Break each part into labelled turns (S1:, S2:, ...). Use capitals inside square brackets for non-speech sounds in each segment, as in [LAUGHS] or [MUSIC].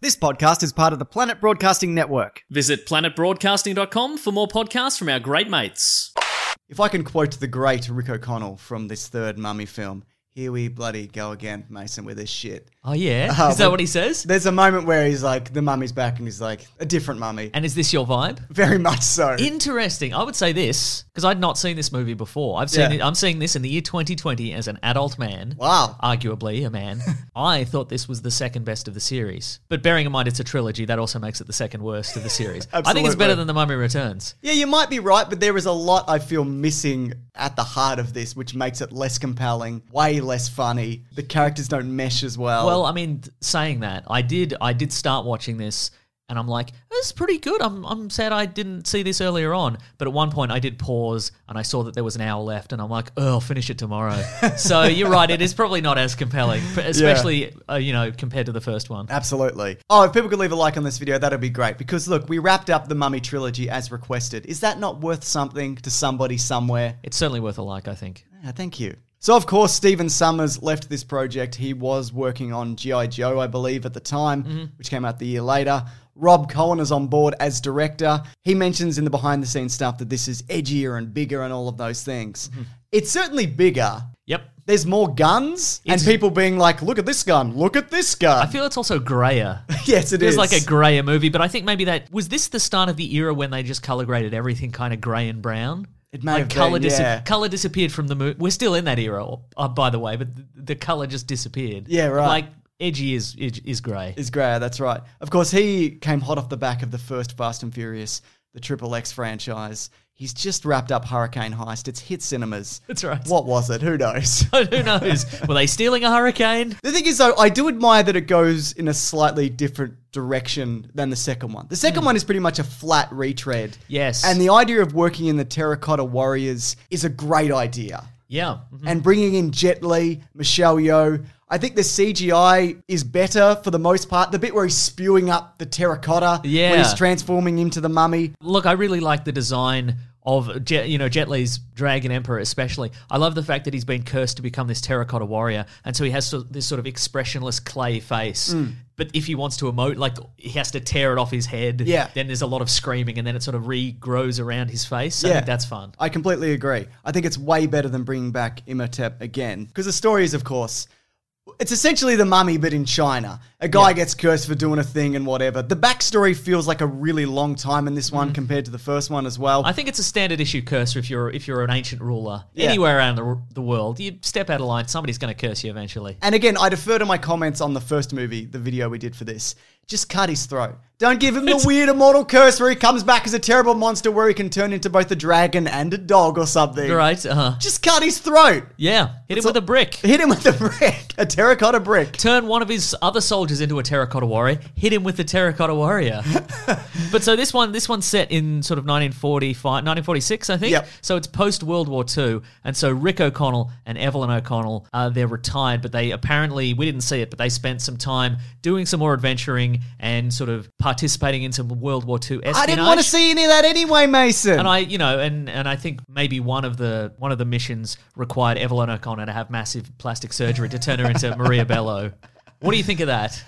S1: This podcast is part of the Planet Broadcasting Network.
S2: Visit planetbroadcasting.com for more podcasts from our great mates.
S1: If I can quote the great Rick O'Connell from this third Mummy film, here we bloody go again, Mason, with this shit. [LAUGHS]
S3: Oh yeah,
S1: Uh,
S3: [LAUGHS] is that
S1: well-
S3: what he says?
S1: There's a moment where he's like, the mummy's back, and he's like, a different mummy.
S3: And is this your vibe?
S1: Very much so.
S3: Interesting. I would say this because I'd not seen this movie before. I've seen
S1: Yeah.
S3: it, I'm seeing this in the year 2020 as an adult man.
S1: wow.
S3: Arguably
S1: [LAUGHS]
S3: a man. I thought this was the second best of the series. But bearing in mind it's a trilogy, that also makes it the second worst of the series. I think it's
S1: Absolutely.
S3: better than The Mummy Returns.
S1: Yeah, you might be right, but there is a lot I feel missing at the heart of this, which makes it less compelling, way less funny. The characters don't mesh as well.
S3: Well, I mean, th- saying that, I did I did start watching this and I'm like, this is pretty good. I'm I'm sad I didn't see this earlier on. But at one point I did pause and I saw that there was an hour left and I'm like, oh, I'll finish it tomorrow. so you're right, it is probably not as compelling, p- especially uh, you know, compared to the first one.
S1: Absolutely. Oh, if people could leave a like on this video, that'd be great. Because look, we wrapped up the Mummy trilogy as requested. Is that not worth something to somebody somewhere?
S3: It's certainly worth a like, I think.
S1: Yeah, thank you. So, of course, Stephen Summers left this project. He was working on G.I. Joe, I believe, at the time,
S3: Mm-hmm.
S1: which came out the year later. Rob Cohen is on board as director. He mentions in the behind the scenes stuff that this is edgier and bigger and all of those things.
S3: Mm-hmm.
S1: It's certainly bigger.
S3: Yep.
S1: There's more guns and people being like, look at this gun, look at this gun.
S3: I feel it's also grayer.
S1: [LAUGHS] yes, it
S3: It was
S1: is.
S3: like a grayer movie, but I think maybe that was this the start of the era when they just color graded everything kind of grey and brown.
S1: It may
S3: like
S1: have been,
S3: color
S1: yeah.
S3: color disappeared from the movie. We're still in that era, uh, by the way, but the, the color just disappeared.
S1: Yeah, right.
S3: Like edgy is is, is grey. [LAUGHS]
S1: is Greyer, that's right. Of course, he came hot off the back of the first Fast and Furious, the Triple X franchise. He's just wrapped up Hurricane Heist. It's hit cinemas.
S3: That's right.
S1: What was it? Who knows? [LAUGHS]
S3: Who knows? Were they stealing a hurricane?
S1: the thing is, though, I do admire that it goes in a slightly different direction than the second one. The second one is pretty much a flat retread.
S3: Hmm. Yes.
S1: And the idea of working in the Terracotta Warriors is a great idea.
S3: Yeah. Mhm.
S1: and bringing in Jet Li, Michelle Yeoh. I think the CGI is better for the most part. The bit where he's spewing up the terracotta,
S3: Yeah.
S1: when he's transforming into the mummy.
S3: Look, I really like the design of Jet, you know Jet Li's Dragon Emperor, especially. I love the fact that he's been cursed to become this terracotta warrior, and so he has so- this sort of expressionless clay face.
S1: Mm.
S3: But if he wants to emote, like he has to tear it off his head.
S1: Yeah.
S3: Then there's a lot of screaming, and then it sort of regrows around his face. I
S1: Yeah.
S3: think that's fun.
S1: I completely agree. I think it's way better than bringing back Imhotep again. Because the story is, of course, it's essentially the mummy, but in China. A guy gets cursed for doing a thing and whatever. The backstory feels like a really long time in this one compared to the first one as well.
S3: Mm. I think it's a standard issue curse if you're if you're an ancient ruler
S1: Yeah.
S3: anywhere around the, the world. You step out of line, somebody's going to curse you eventually.
S1: And again, I defer to my comments on the first movie, the video we did for this. Just cut his throat. Don't give him the weird immortal curse where he comes back as a terrible monster where he can turn into both a dragon and a dog or something.
S3: Right? Uh,
S1: Just cut his throat.
S3: yeah. Hit him with a brick.
S1: Hit him with a brick, a terracotta brick.
S3: turn one of his other soldiers into a terracotta warrior, hit him with the terracotta
S1: [LAUGHS]
S3: warrior. but so this one, this one's set in sort of 1945, 1946, I think.
S1: Yep.
S3: So it's post World War II, and so Rick O'Connell and Evelyn O'Connell, uh, they're retired, but they apparently we didn't see it, but they spent some time doing some more adventuring and sort of participating in some World War II espionage.
S1: I didn't want to see any of that anyway, Mason.
S3: And I, you know, and and I think maybe one of the one of the missions required Evelyn O'Connor to have massive plastic surgery to turn
S1: [LAUGHS]
S3: her into Maria Bello. What do you think of that?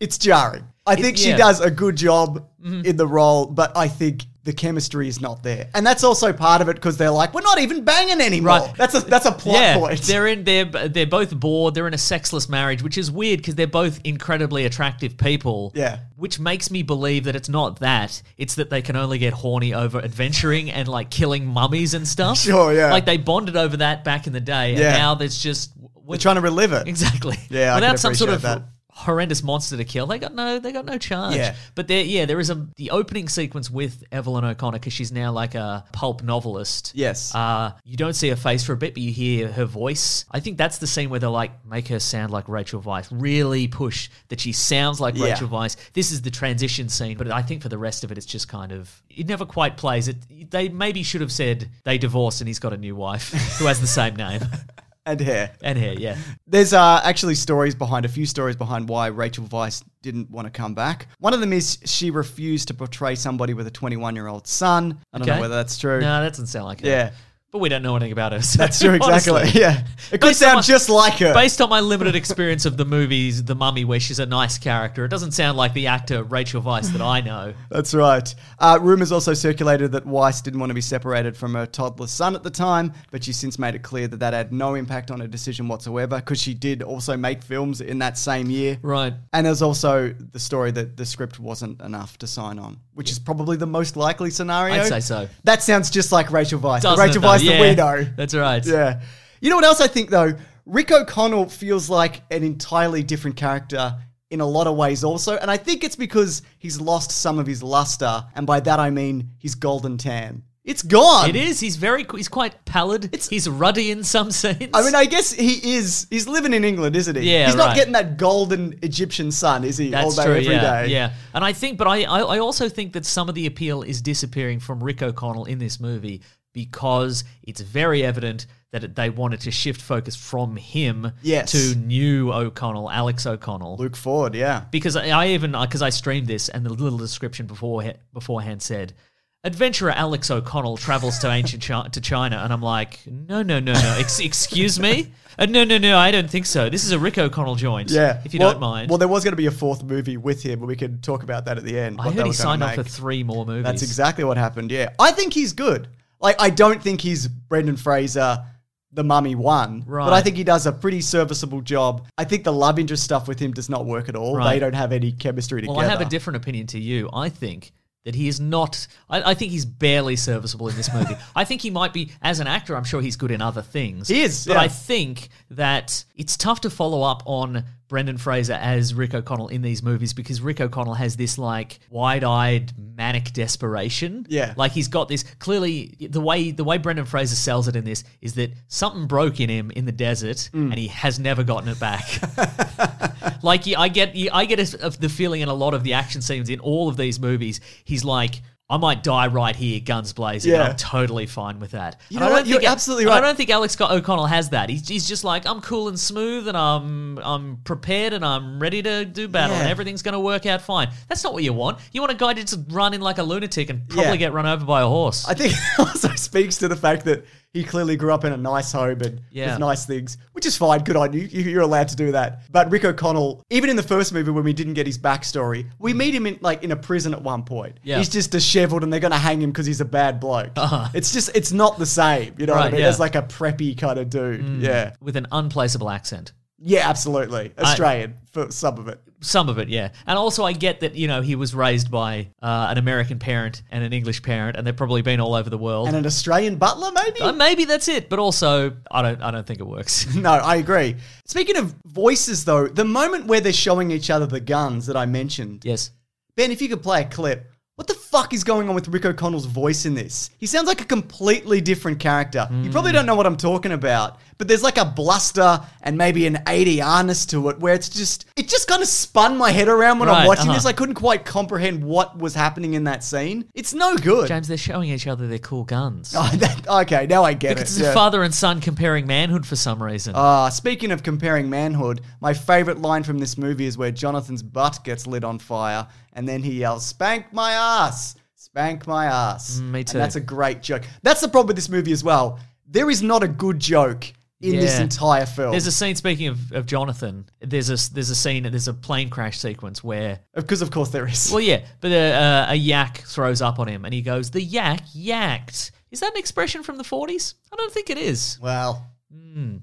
S1: it's jarring. I think she
S3: yeah. Mm-hmm.
S1: does a good job in the role, but I think the chemistry is not there, and that's also part of it because they're like, we're not even banging anymore.
S3: Right.
S1: That's a that's a plot
S3: yeah,
S1: point.
S3: they're in. They're they're both bored. They're in a sexless marriage, which is weird because they're both incredibly attractive people.
S1: Yeah.
S3: which makes me believe that it's not that. It's that they can only get horny over adventuring and like killing mummies and stuff.
S1: Sure, yeah.
S3: Like they bonded over that back in the day,
S1: Yeah.
S3: and now there's just
S1: We're trying to relive it.
S3: Exactly.
S1: [LAUGHS] Yeah, I
S3: Without
S1: can
S3: some sort
S1: appreciate
S3: of
S1: that.
S3: horrendous monster to kill, they got no, they got no charge.
S1: Yeah.
S3: But there, yeah, there is a the opening sequence with Evelyn O'Connor because she's now like a pulp novelist.
S1: Yes.
S3: Uh, you don't see her face for a bit, but you hear her voice. I think that's the scene where they're like, make her sound like Rachel Weisz. Really push that she sounds like
S1: Yeah.
S3: Rachel Weisz. This is the transition scene, but I think for the rest of it, it's just kind of it never quite plays. It they maybe should have said they divorce and he's got a new wife [LAUGHS] who has the same name [LAUGHS]
S1: and hair.
S3: and hair. Yeah.
S1: There's uh, actually stories behind a few stories behind why Rachel Weisz didn't want to come back. One of them is she refused to portray somebody with a 21 year old son. I don't know
S3: Okay.
S1: whether that's true.
S3: No, that doesn't sound like it. [LAUGHS]
S1: Yeah.
S3: But we don't know anything about her. so
S1: That's true, exactly. [LAUGHS]
S3: honestly.
S1: Yeah. It could
S3: Based on
S1: sound
S3: my-
S1: just like her.
S3: Based on my limited experience of the movies The Mummy, where she's a nice character, it doesn't sound like the actor Rachel Weisz that I know.
S1: That's right. Uh, rumors also circulated that Weiss didn't want to be separated from her toddler son at the time, but she's since made it clear that that had no impact on her decision whatsoever because she did also make films in that same year.
S3: Right.
S1: And there's also the story that the script wasn't enough to sign on, which is probably the most likely scenario.
S3: I'd say so.
S1: That sounds just like Rachel Weiss.
S3: Doesn't
S1: the
S3: it,
S1: Rachel
S3: though?
S1: Weiss that we
S3: Yeah.
S1: know.
S3: That's right.
S1: Yeah. You know what else I think though? Rick O'Connell feels like an entirely different character in a lot of ways also, and I think it's because he's lost some of his luster, and by that I mean his golden tan. It's gone.
S3: It is. He's very. He's quite pallid. he's ruddy in some scenes.
S1: I mean, I guess he is. He's living in England, isn't he?
S3: Yeah,
S1: He's not
S3: right.
S1: getting that golden Egyptian sun, is he?
S3: That's
S1: all day,
S3: true.
S1: every
S3: yeah,
S1: day?
S3: yeah. And I think, but I, I, I also think that some of the appeal is disappearing from Rick O'Connell in this movie because it's very evident that it- they wanted to shift focus from him
S1: Yes.
S3: to new O'Connell, Alex O'Connell.
S1: Look forward, yeah.
S3: Because I, I even because I streamed this and the little description before beforehand said. Adventurer Alex O'Connell travels to ancient Chi- to China, and I'm like, no, no, no, no. Ex- excuse me, uh, no, no, no. I don't think so. This is a Rick O'Connell joint.
S1: Yeah.
S3: if you
S1: Well-
S3: don't mind.
S1: Well, there was going to be a fourth movie with him, but we could talk about that at the end.
S3: I
S1: what they
S3: heard he
S1: were gonna
S3: signed up
S1: make.
S3: for three more movies.
S1: That's exactly what happened. Yeah, I think he's good. Like, I don't think he's Brendan Fraser, the Mummy One, but
S3: Right.
S1: I think he does a pretty serviceable job. I think the love interest stuff with him does not work at all. They
S3: Right.
S1: don't have any chemistry
S3: Well,
S1: together.
S3: I have a different opinion to you. I think that he is not. I, I think he's barely serviceable in this
S1: [LAUGHS]
S3: movie. I think he might be as an actor. I'm sure he's good in other things.
S1: He is,
S3: but
S1: yeah.
S3: I think that it's tough to follow up on Brendan Fraser as Rick O'Connell in these movies because Rick O'Connell has this like wide-eyed manic desperation.
S1: Yeah.
S3: like he's got this. Clearly, the way the way Brendan Fraser sells it in this is that something broke in him in the desert,
S1: Mm.
S3: and he has never gotten it back. [LAUGHS] Like you- I get, you- I get a, of the feeling in a lot of the action scenes in all of these movies, he's like, I might die right here, guns blazing.
S1: Yeah.
S3: And I'm totally fine with that.
S1: You
S3: And
S1: know
S3: I
S1: what? You're
S3: think-
S1: absolutely
S3: and
S1: right.
S3: I don't think Alex Scott O'Connell has that. He's, he's just like, I'm cool and smooth, and I'm I'm prepared, and I'm ready to do battle,
S1: Yeah.
S3: and everything's going to work out fine. That's not what you want. You want a guy to just run in like a lunatic and probably
S1: Yeah.
S3: get run over by a horse.
S1: I think [LAUGHS] it also speaks to the fact that he clearly grew up in a nice home and
S3: Yeah.
S1: with nice things, which is fine. Good on you. You- You're allowed to do that. But Rick O'Connell, even in the first movie when we didn't get his backstory, we meet him in like in a prison at one point.
S3: Yeah. Uh-huh.
S1: He's just disheveled and they're going to hang him because he's a bad bloke. It's just, it's not the same. You know what I
S3: Right,
S1: mean?
S3: yeah. Mm.
S1: It's like a preppy kind of dude. Yeah.
S3: with an unplaceable accent.
S1: Yeah, absolutely. Australian for some of it.
S3: Some of it, yeah. And also, I get that, you know, he was raised by uh, an American parent and an English parent, and they've probably been all over the world.
S1: And an Australian butler, maybe?
S3: Uh, maybe that's it, but also, I don't, I don't think it
S1: [LAUGHS]
S3: works. [LAUGHS]
S1: No, I agree. Speaking of voices, though, the moment where they're showing each other the guns that I mentioned,
S3: yes.
S1: Ben, if you could play a clip, what the fuck is going on with Rick O'Connell's voice in this? He sounds like a completely different character. You probably
S3: Hmm.
S1: don't know what I'm talking about, but there's like a bluster and maybe an 80 arness to it where it's just, it just kind of spun my head around when I'm
S3: Right,
S1: watching
S3: uh-huh.
S1: this. I couldn't quite comprehend what was happening in that scene. It's no good.
S3: James, they're showing each other their cool guns.
S1: [LAUGHS] Oh, that- okay, now I get
S3: it's
S1: it. Yeah.
S3: father and son comparing manhood for some reason.
S1: Ah, speaking of comparing manhood, my favorite line from this movie is where Jonathan's butt gets lit on fire and then he yells, Spank my ass! Spank my ass.
S3: Mm, me
S1: And
S3: too.
S1: that's a great joke. That's the problem with this movie as well. There is not a good joke in this
S3: Yeah.
S1: entire film.
S3: There's a scene. Speaking of, of Jonathan, there's a there's a scene. There's a plane crash sequence where
S1: because of course there is.
S3: Well, yeah, but a, uh, a yak throws up on him, and he goes, "The yak yacked." Is that an expression from the forties? I don't think it is.
S1: Well,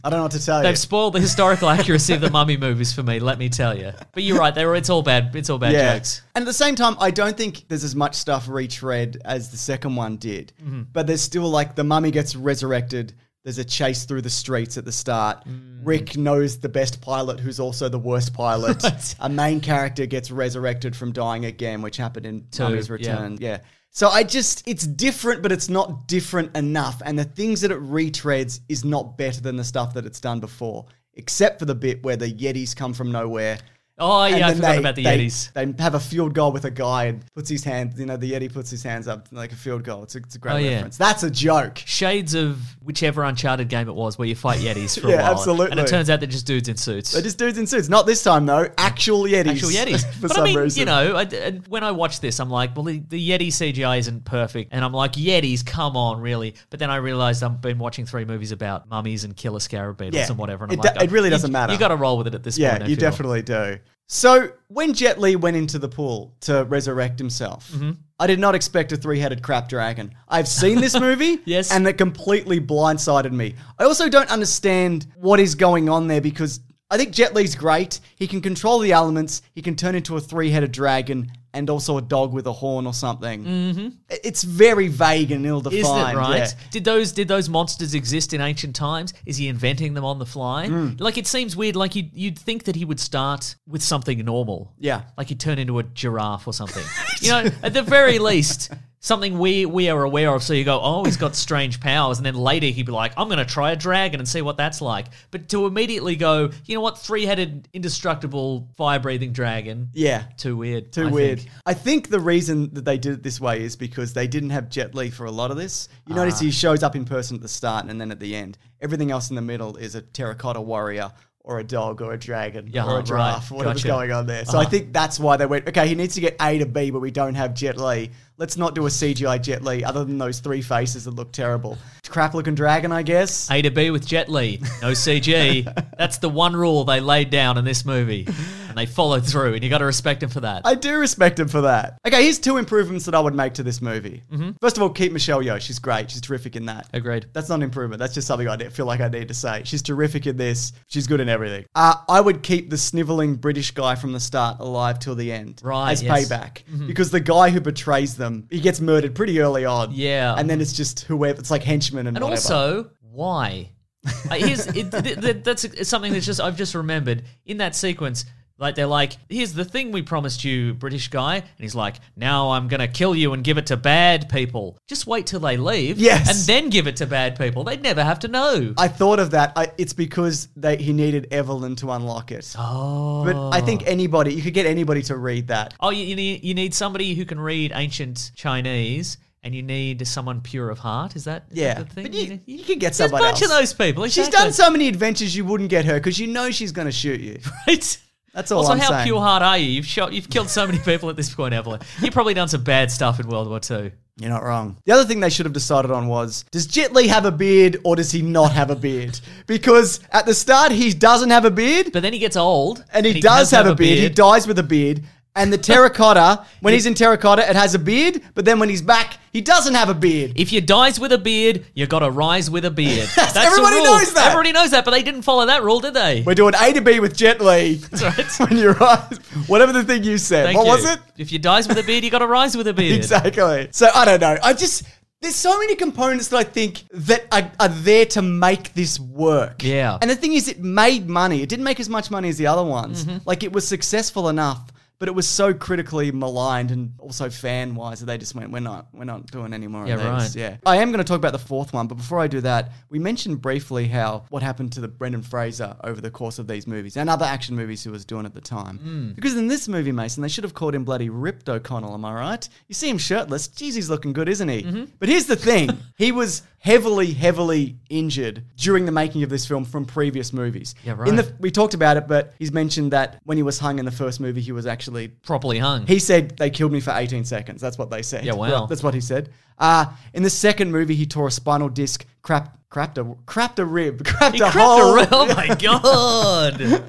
S1: I don't know what to tell you.
S3: mm. They've spoiled the historical accuracy of the mummy movies for me. Let me tell you. But you're right; they were. It's all bad. It's all bad jokes.
S1: And at the same time, I don't think there's as much stuff retread as the second one did.
S3: Mm-hmm.
S1: But there's still like the mummy gets resurrected. There's a chase through the streets at the start.
S3: Mm.
S1: Rick knows the best pilot who's also the worst
S3: [LAUGHS]
S1: pilot. a main character gets resurrected from dying again, which happened in Mummy's
S3: yeah.
S1: Return. Yeah. So I just, it's different, but it's not different enough. And the things that it retreads is not better than the stuff that it's done before, except for the bit where the Yetis come from nowhere.
S3: Oh
S1: And
S3: yeah, I
S1: then
S3: forgot
S1: they-
S3: about the
S1: they-
S3: Yetis.
S1: They have a field goal with a guy and puts his hand, you know, the Yeti puts his hands up like a field goal. It's a, it's a great
S3: Oh, yeah.
S1: reference. That's a joke.
S3: Shades of whichever Uncharted game it was, where you fight Yetis
S1: [LAUGHS]
S3: for
S1: Yeah,
S3: a while, and
S1: absolutely.
S3: it turns out they're just dudes in suits.
S1: They're just dudes in suits. Not this time, though. Actual Yetis.
S3: actual
S1: [LAUGHS]
S3: Yetis.
S1: for
S3: but
S1: some
S3: I mean,
S1: reason.
S3: you know, I, and when I watch this, I'm like, well, the, the Yeti CGI isn't perfect, and I'm like, Yetis, come on, really? But then I realized I've been watching three movies about mummies and killer scarab beetles
S1: Yeah.
S3: and whatever. And
S1: It
S3: I'm like,
S1: do- it really
S3: you-
S1: doesn't matter.
S3: You got to roll with it at this
S1: Yeah,
S3: point. I
S1: you
S3: feel.
S1: definitely do. So when Jet Li went into the pool to resurrect himself,
S3: Mm-hmm.
S1: I did not expect a three-headed crap dragon. I've seen this movie,
S3: [LAUGHS] Yes.
S1: and that completely blindsided me. I also don't understand what is going on there because I think Jet Li's great. He can control the elements. He can turn into a three-headed dragon and also a dog with a horn or something. Mm-hmm. It's very vague and ill-defined.
S3: Isn't it right?
S1: yeah.
S3: Did those did those monsters exist in ancient times? Is he inventing them on the fly?
S1: Hmm.
S3: Like it seems weird. Like you'd, you'd think that he would start with something normal.
S1: Yeah.
S3: like he'd turn into a giraffe
S1: [LAUGHS]
S3: or something. you know, at the very least, something we we are aware of. So you go, oh, he's got strange powers, and then later he'd be like, I'm going to try a dragon and see what that's like. But to immediately go, you know what, three headed indestructible fire breathing dragon.
S1: Yeah.
S3: Too weird.
S1: Too
S3: I
S1: weird.
S3: think.
S1: I think the reason that they did it this way is because they didn't have Jet Li for a lot of this. You notice
S3: Ah.
S1: he shows up in person at the start and then at the end. Everything else in the middle is a terracotta warrior or a dog or a dragon
S3: Yeah,
S1: or a
S3: right.
S1: giraffe, whatever's
S3: Gotcha. Ah.
S1: going on there. So I think that's why they went, okay, he needs to get A to B, but we don't have Jet Li. Let's not do a CGI Jet Li other than those three faces that look terrible. Crap looking dragon, I guess.
S3: A to B with Jet Li, no CG. That's the one rule they laid down in this movie, and they followed through, and you got to respect them for that.
S1: I do respect him for that. Okay, here's two improvements that I would make to this movie. First of all, keep Michelle Yeoh. She's great. She's terrific in that.
S3: Mm-hmm. Agreed.
S1: That's not an improvement. That's just something I ne- feel like I need to say. She's terrific in this. She's good in everything. Uh, I would keep the sniveling British guy from the start alive till the end.
S3: Right,
S1: As
S3: yes. Mm-hmm.
S1: payback. Because the guy who betrays them, he gets murdered pretty early on.
S3: Yeah.
S1: And then it's just whoever, it's like henchmen and,
S3: And
S1: whatever.
S3: also, why? Uh, here's, it, th- th- that's something that's just I've just remembered in that sequence. Like they're like, here's the thing we promised you, British guy, and he's like, now I'm gonna kill you and give it to bad people. Just wait till they leave,
S1: Yes.
S3: and then give it to bad people. They'd never have to know.
S1: I thought of that. I, it's because they, he needed Evelyn to unlock it. Oh. But I think anybody, you could get anybody to read that.
S3: Oh, you, you need you need somebody who can read ancient Chinese, and you need someone pure of heart. Is that is that
S1: Yeah,
S3: the thing?
S1: but you,
S3: need-
S1: you can get
S3: There's
S1: somebody
S3: a bunch of
S1: else.
S3: those people.
S1: She's done so many adventures you wouldn't get her because you know she's going to shoot you. [LAUGHS]
S3: Right?
S1: That's all
S3: Also,
S1: I'm
S3: how
S1: saying.
S3: pure heart are you? You've shot, you've killed so many people at this point, Evelyn. You've probably done some bad stuff in World War Two.
S1: You're not wrong. The other thing they should have decided on was does Jet Li have a beard or does he not have a beard? [LAUGHS] Because at the start he doesn't have a beard,
S3: But then he gets old,
S1: and he, does have, a beard. He dies with a beard. And the [LAUGHS] terracotta, when he's in terracotta, it has a beard, but then when he's back, he doesn't have a beard.
S3: If you dies with a beard, you got to rise with a beard.
S1: [LAUGHS]
S3: That's the
S1: everybody
S3: rule.
S1: knows that.
S3: Everybody knows that, but they didn't follow that rule, did they?
S1: We're doing A to B with Jet Li. That's [LAUGHS]
S3: right.
S1: when you're right. Whatever the thing you said.
S3: Thank
S1: what
S3: you.
S1: was it?
S3: If you dies with a beard, you got to rise with
S1: [LAUGHS]
S3: a beard. [LAUGHS]
S1: Exactly. So I don't know. I just there's so many components that I think that are, are there to make this work.
S3: Yeah.
S1: And the thing is, it made money. It didn't make as much money as the other ones.
S3: Mm-hmm.
S1: Like it was successful enough, but it was so critically maligned and also fan wise that they just went, "We're not, we're not doing any more
S3: Yeah,
S1: of these."
S3: right.
S1: Yeah. I am going to talk about the fourth one, but before I do that, we mentioned briefly how what happened to the Brendan Fraser over the course of these movies and other action movies he was doing at the time.
S3: Mm.
S1: Because in this movie, Mason, they should have called him bloody Ripped O'Connell. Am I right? You see him shirtless. Jeez, he's looking good, isn't he?
S3: Mm-hmm.
S1: But here's the thing: he was heavily, heavily injured during the making of this film from previous movies.
S3: Yeah, right.
S1: In the we talked about it, but he's mentioned that when he was hung in the first movie, he was actually
S3: properly hung.
S1: He said they killed me for 18 seconds. That's what they said.
S3: Yeah, wow.
S1: That's what he said. Uh, in the second movie, he tore a spinal disc, crap, crapped a, crapped a rib, [LAUGHS] crapped
S3: He
S1: a
S3: cracked
S1: hole, [LAUGHS]
S3: a rib. Oh my god!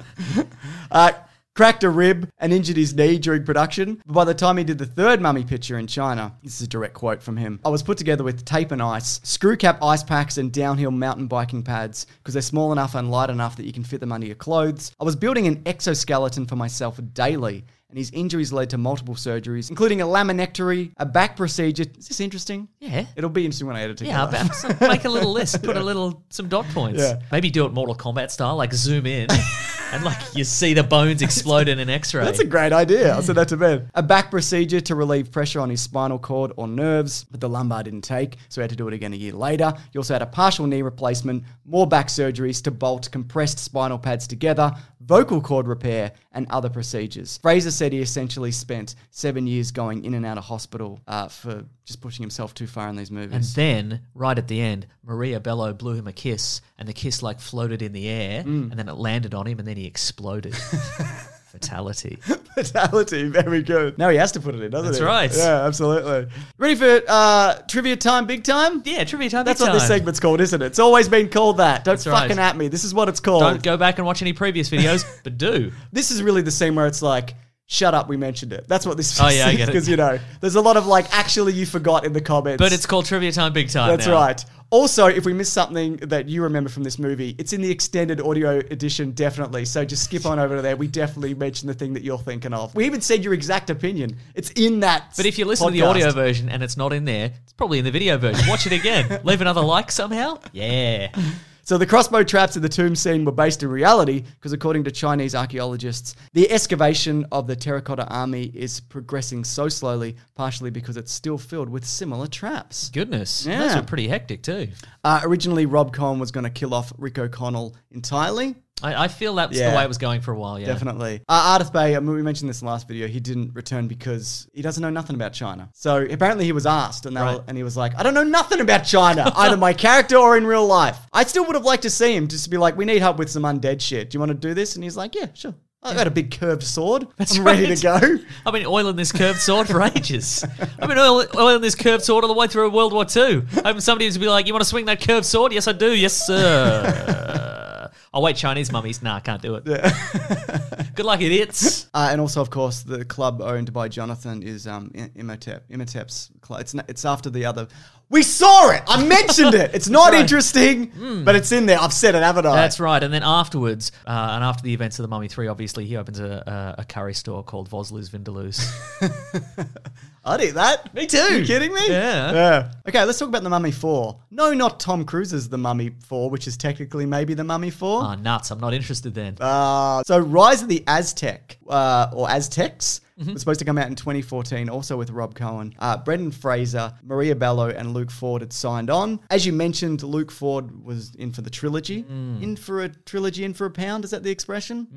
S1: Uh, cracked a rib, and injured his knee during production. But by the time he did the third mummy picture in China, this is a direct quote from him. I was put together with tape and ice, screw cap ice packs, and downhill mountain biking pads because they're small enough and light enough that you can fit them under your clothes. I was building an exoskeleton for myself daily and his injuries led to multiple surgeries, including a laminectomy, a back procedure. Is this interesting?
S3: Yeah.
S1: It'll be interesting when I edit it.
S3: Yeah,
S1: together.
S3: perhaps make a little list, put a little some dot points.
S1: Yeah.
S3: Maybe do it Mortal Kombat style, like
S1: [LAUGHS]
S3: zoom in, and like you see the bones explode in an X-ray.
S1: That's a great idea. I'll send that to Ben. A back procedure to relieve pressure on his spinal cord or nerves, but the lumbar didn't take, so he had to do it again a year later. He also had a partial knee replacement, more back surgeries to bolt compressed spinal pads together, vocal cord repair, and other procedures. Fraser said he essentially spent seven years going in and out of hospital uh, for just pushing himself too far in these movies.
S3: and then, right at the end, Maria Bello blew him a kiss, and the kiss like floated in the air,
S1: Mm.
S3: and then it landed on him, and then he
S1: [LAUGHS]
S3: exploded. Fatality.
S1: Fatality, very good. Now he has to put it in, doesn't
S3: That's
S1: he?
S3: right.
S1: Yeah, absolutely. Ready for uh, trivia time, big time?
S3: Yeah, trivia time.
S1: That's
S3: big
S1: what this
S3: time.
S1: segment's called, isn't it? It's always been called that. Don't
S3: That's right.
S1: fucking at me. This is what it's called.
S3: Don't go back and watch any previous videos, but do.
S1: This is really the scene where it's like, shut up, we mentioned it. That's what this
S3: Oh, yeah, I get it.
S1: Because, you know, there's a lot of like, actually, you forgot in the comments.
S3: But it's called trivia time, big time.
S1: That's
S3: now.
S1: right. Also, if we miss something that you remember from this movie, it's in the extended audio edition, definitely. So just skip on over to there. We definitely mentioned the thing that you're thinking of. We even said your exact opinion. It's in that.
S3: But if you listen to the
S1: podcast.
S3: audio version and it's not in there, it's probably in the video version. Watch it again.
S1: [LAUGHS]
S3: Leave another like somehow. Yeah.
S1: So the crossbow traps in the tomb scene were based in reality because, according to Chinese archaeologists, the excavation of the terracotta army is progressing so slowly, partially because it's still filled with similar traps.
S3: Goodness.
S1: Yeah.
S3: Those were pretty hectic too.
S1: Uh, originally, Rob Cohen was going to kill off Rick O'Connell entirely.
S3: I, I feel that's
S1: Yeah.
S3: the way it was going for a while, yeah.
S1: Definitely. Uh, Ardith Bay, I mean, we mentioned this in the last video, he didn't return because he doesn't know nothing about China. So apparently he was asked, and, they
S3: Right.
S1: were, and he was like, I don't know nothing about
S3: [LAUGHS]
S1: China, either my character or in real life. I still would have liked to see him just to be like, we need help with some undead shit. Do you want to do this? And he's like, yeah, sure. I got a big curved sword.
S3: [LAUGHS] That's
S1: I'm ready to
S3: right.
S1: go.
S3: I've been oiling this curved sword for ages. I've been oil- oiling this curved sword all the way through World War II. Hoping somebody would be like, You want to swing that curved sword? Yes, I do. Yes,
S1: [LAUGHS]
S3: sir. oh, wait, Chinese mummies? Nah, can't do it. Good luck, idiots.
S1: Uh, and also, of course, the club owned by Jonathan is um, I- Imhotep. Imhotep's club. It's, n- it's after the other. We saw it. I mentioned it.
S3: [LAUGHS]
S1: It's not interesting, but it's in there. I've said it, haven't I?
S3: Hmm. That's right. And then afterwards, uh, and after the events of The Mummy 3, obviously, he opens a, a, a curry store called
S1: [LAUGHS]
S3: Vosloo's Vindaloo's.
S1: I'd eat that. Me too. you kidding me?
S3: Yeah.
S1: Yeah. Okay, let's talk about The Mummy 4. No, not Tom Cruise's The Mummy 4, which is technically maybe The Mummy 4.
S3: Ah, nuts. I'm not interested then.
S1: Uh, so Rise of the Aztec, uh, or Aztecs, was supposed to come out in 2014, also with Rob Cohen. Uh, Brendan Fraser, Maria Bello, and Luke Ford had signed on. As you mentioned, Luke Ford was in for the trilogy. In for a trilogy, in for a pound, is that the expression?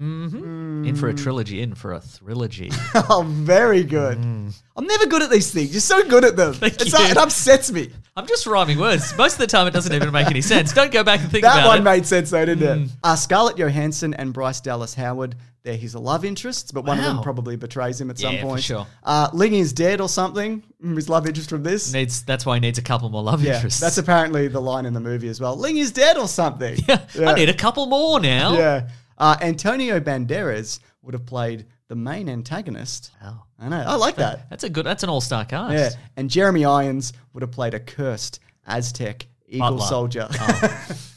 S3: in for a trilogy, in for a trilogy.
S1: [LAUGHS]
S3: [LAUGHS]
S1: Oh, very good. I'm never good at these things. You're so good at them. It's-
S3: you.
S1: It upsets me.
S3: I'm just rhyming words. Most of the time, it doesn't even make any sense. Don't go back and think
S1: That
S3: about
S1: one
S3: it. Mm.
S1: made sense though, didn't it? Uh, Scarlett Johansson and Bryce Dallas Howard, they're his love interests, but one of them
S3: Wow.
S1: probably betrays him at some
S3: Yeah, for
S1: point.
S3: sure.
S1: Uh, Ling is dead or something. mm, His love interest from this.
S3: Needs, that's why he needs a couple more love
S1: yeah,
S3: interests. [LAUGHS]
S1: that's apparently the line in the movie as well. Ling is dead or something.
S3: I need a couple more now.
S1: Yeah. Uh, Antonio Banderas would have played the main antagonist.
S3: Wow.
S1: I know. I like that.
S3: That's a good. That's an all-star cast.
S1: Yeah. And Jeremy Irons would have played a cursed Aztec eagle
S3: Butler. Oh.
S1: soldier. [LAUGHS]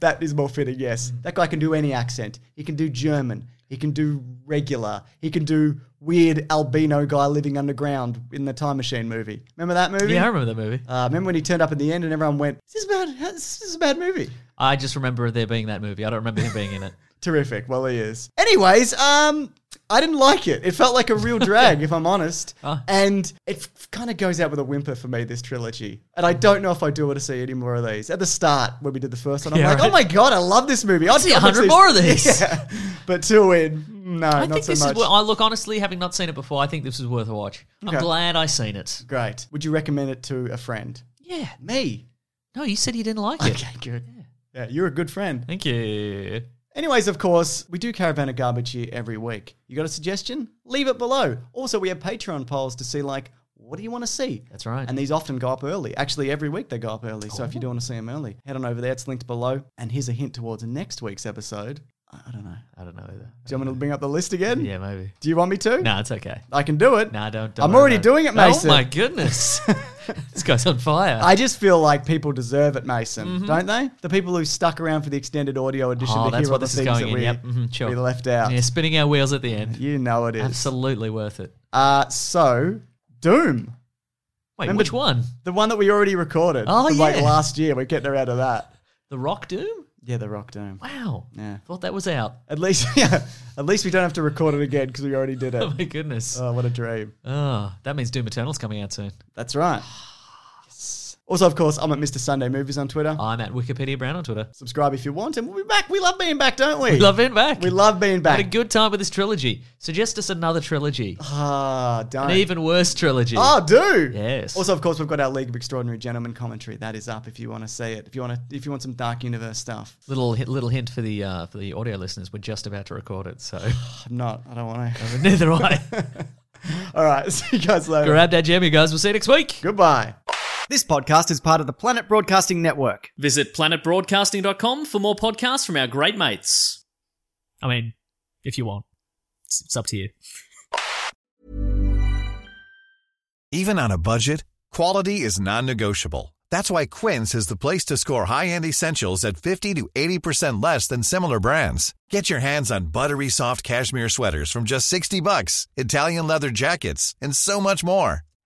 S1: that is more fitting, yes.
S3: Mm.
S1: That guy can do any accent. He can do German. He can do regular. He can do weird albino guy living underground in the Time Machine movie. Remember that movie?
S3: Yeah, I remember that movie.
S1: Uh, remember when he turned up at the end and everyone went, "This is bad. This is a bad movie."
S3: I just remember there being that movie. I don't remember him being
S1: [LAUGHS]
S3: in it.
S1: Terrific. Well, he is. Anyways, um, I didn't like it. It felt like a
S3: [LAUGHS]
S1: real drag, if I'm honest.
S3: Ah.
S1: And it kind of goes out with a whimper for me, this trilogy. And I don't know if I do want to see any more of these. At the start, when we did the first one, I'm
S3: Yeah,
S1: like,
S3: right.
S1: oh my God, I love this movie. I'll see
S3: a hundred more of
S1: [LAUGHS]
S3: these.
S1: Yeah. But two in, no,
S3: I
S1: not
S3: think
S1: so
S3: this
S1: much.
S3: is. wor- I look honestly, having not seen it before, I think this is worth a watch.
S1: Okay.
S3: I'm glad I seen it.
S1: Great. Would you recommend it to a friend?
S3: Yeah.
S1: Me.
S3: No, you said you didn't like it.
S1: Okay, good. Yeah, you're a good friend.
S3: Thank you.
S1: Anyways, of course, we do Caravan of Garbage here every week. You got a suggestion? Leave it below. Also, we have Patreon polls to see, like, what do you want to see?
S3: That's right.
S1: And these often go up early. Actually, every week they go up early. So if you do want to see them early, head on over there. It's linked below. And here's a hint towards next week's episode. I I don't know.
S3: I don't know either.
S1: Do you want me to bring up the list again?
S3: Yeah, maybe.
S1: Do you want me to?
S3: No, it's okay.
S1: I can do it.
S3: No, don't. don't
S1: I'm
S3: worry
S1: already
S3: about
S1: doing it, Mason.
S3: Oh
S1: [LAUGHS]
S3: my goodness, this guy's on fire.
S1: I just feel like people deserve it, Mason, don't they? The people who stuck around for the extended audio edition
S3: Mm-hmm. Oh,
S1: to
S3: that's
S1: hear
S3: what
S1: all the
S3: this is
S1: things
S3: going
S1: that
S3: in.
S1: we,
S3: Yep, mhm, sure.
S1: we left out.
S3: yeah, spinning our wheels at the end.
S1: You know it is.
S3: Absolutely worth it.
S1: Uh, so, Doom,
S3: Wait,
S1: Remember-
S3: which one?
S1: the one that we already recorded
S3: Oh,
S1: from, like
S3: yeah.
S1: last year. We're getting around to that.
S3: The Rock Doom?
S1: Yeah, the Rock Doom.
S3: Wow.
S1: Yeah.
S3: Thought that was out.
S1: At least, [LAUGHS] yeah, at least we don't have to record it again because we already did
S3: [LAUGHS]
S1: it.
S3: Oh my goodness.
S1: oh, what a dream.
S3: Oh, that means Doom Eternal's coming out soon.
S1: That's
S3: [SIGHS]
S1: right. Yes. Also, of course, I'm at Mr. Sunday Movies on Twitter.
S3: I'm at Wikipedia Brown on Twitter.
S1: Subscribe if you want, and we'll be back. We love being back, don't we?
S3: We love being back.
S1: We love being back.
S3: Had a good time with this trilogy. Suggest us another trilogy.
S1: Ah, don't.
S3: An even worse trilogy.
S1: Oh, do
S3: Yes.
S1: Also, of course, we've got our League of Extraordinary Gentlemen commentary. That is up if you want to see it. If you want to, if you want some Dark Universe stuff.
S3: Little hi- little hint for the uh, for the audio listeners. We're just about to record it, so [LAUGHS]
S1: I'm not. I don't want to.
S3: neither I.
S1: [LAUGHS] All right. [LAUGHS] See you guys later.
S3: Grab that jam, you guys. We'll see you next week.
S1: Goodbye. This podcast is part of the Planet Broadcasting Network.
S2: Visit planetbroadcasting.com for more podcasts from our great mates. I mean, if you want, it's, it's up to you.
S4: Even on a budget, quality is non-negotiable. That's why Quince is the place to score high-end essentials at 50 to 80% less than similar brands. Get your hands on buttery soft cashmere sweaters from just 60 bucks, Italian leather jackets, and so much more.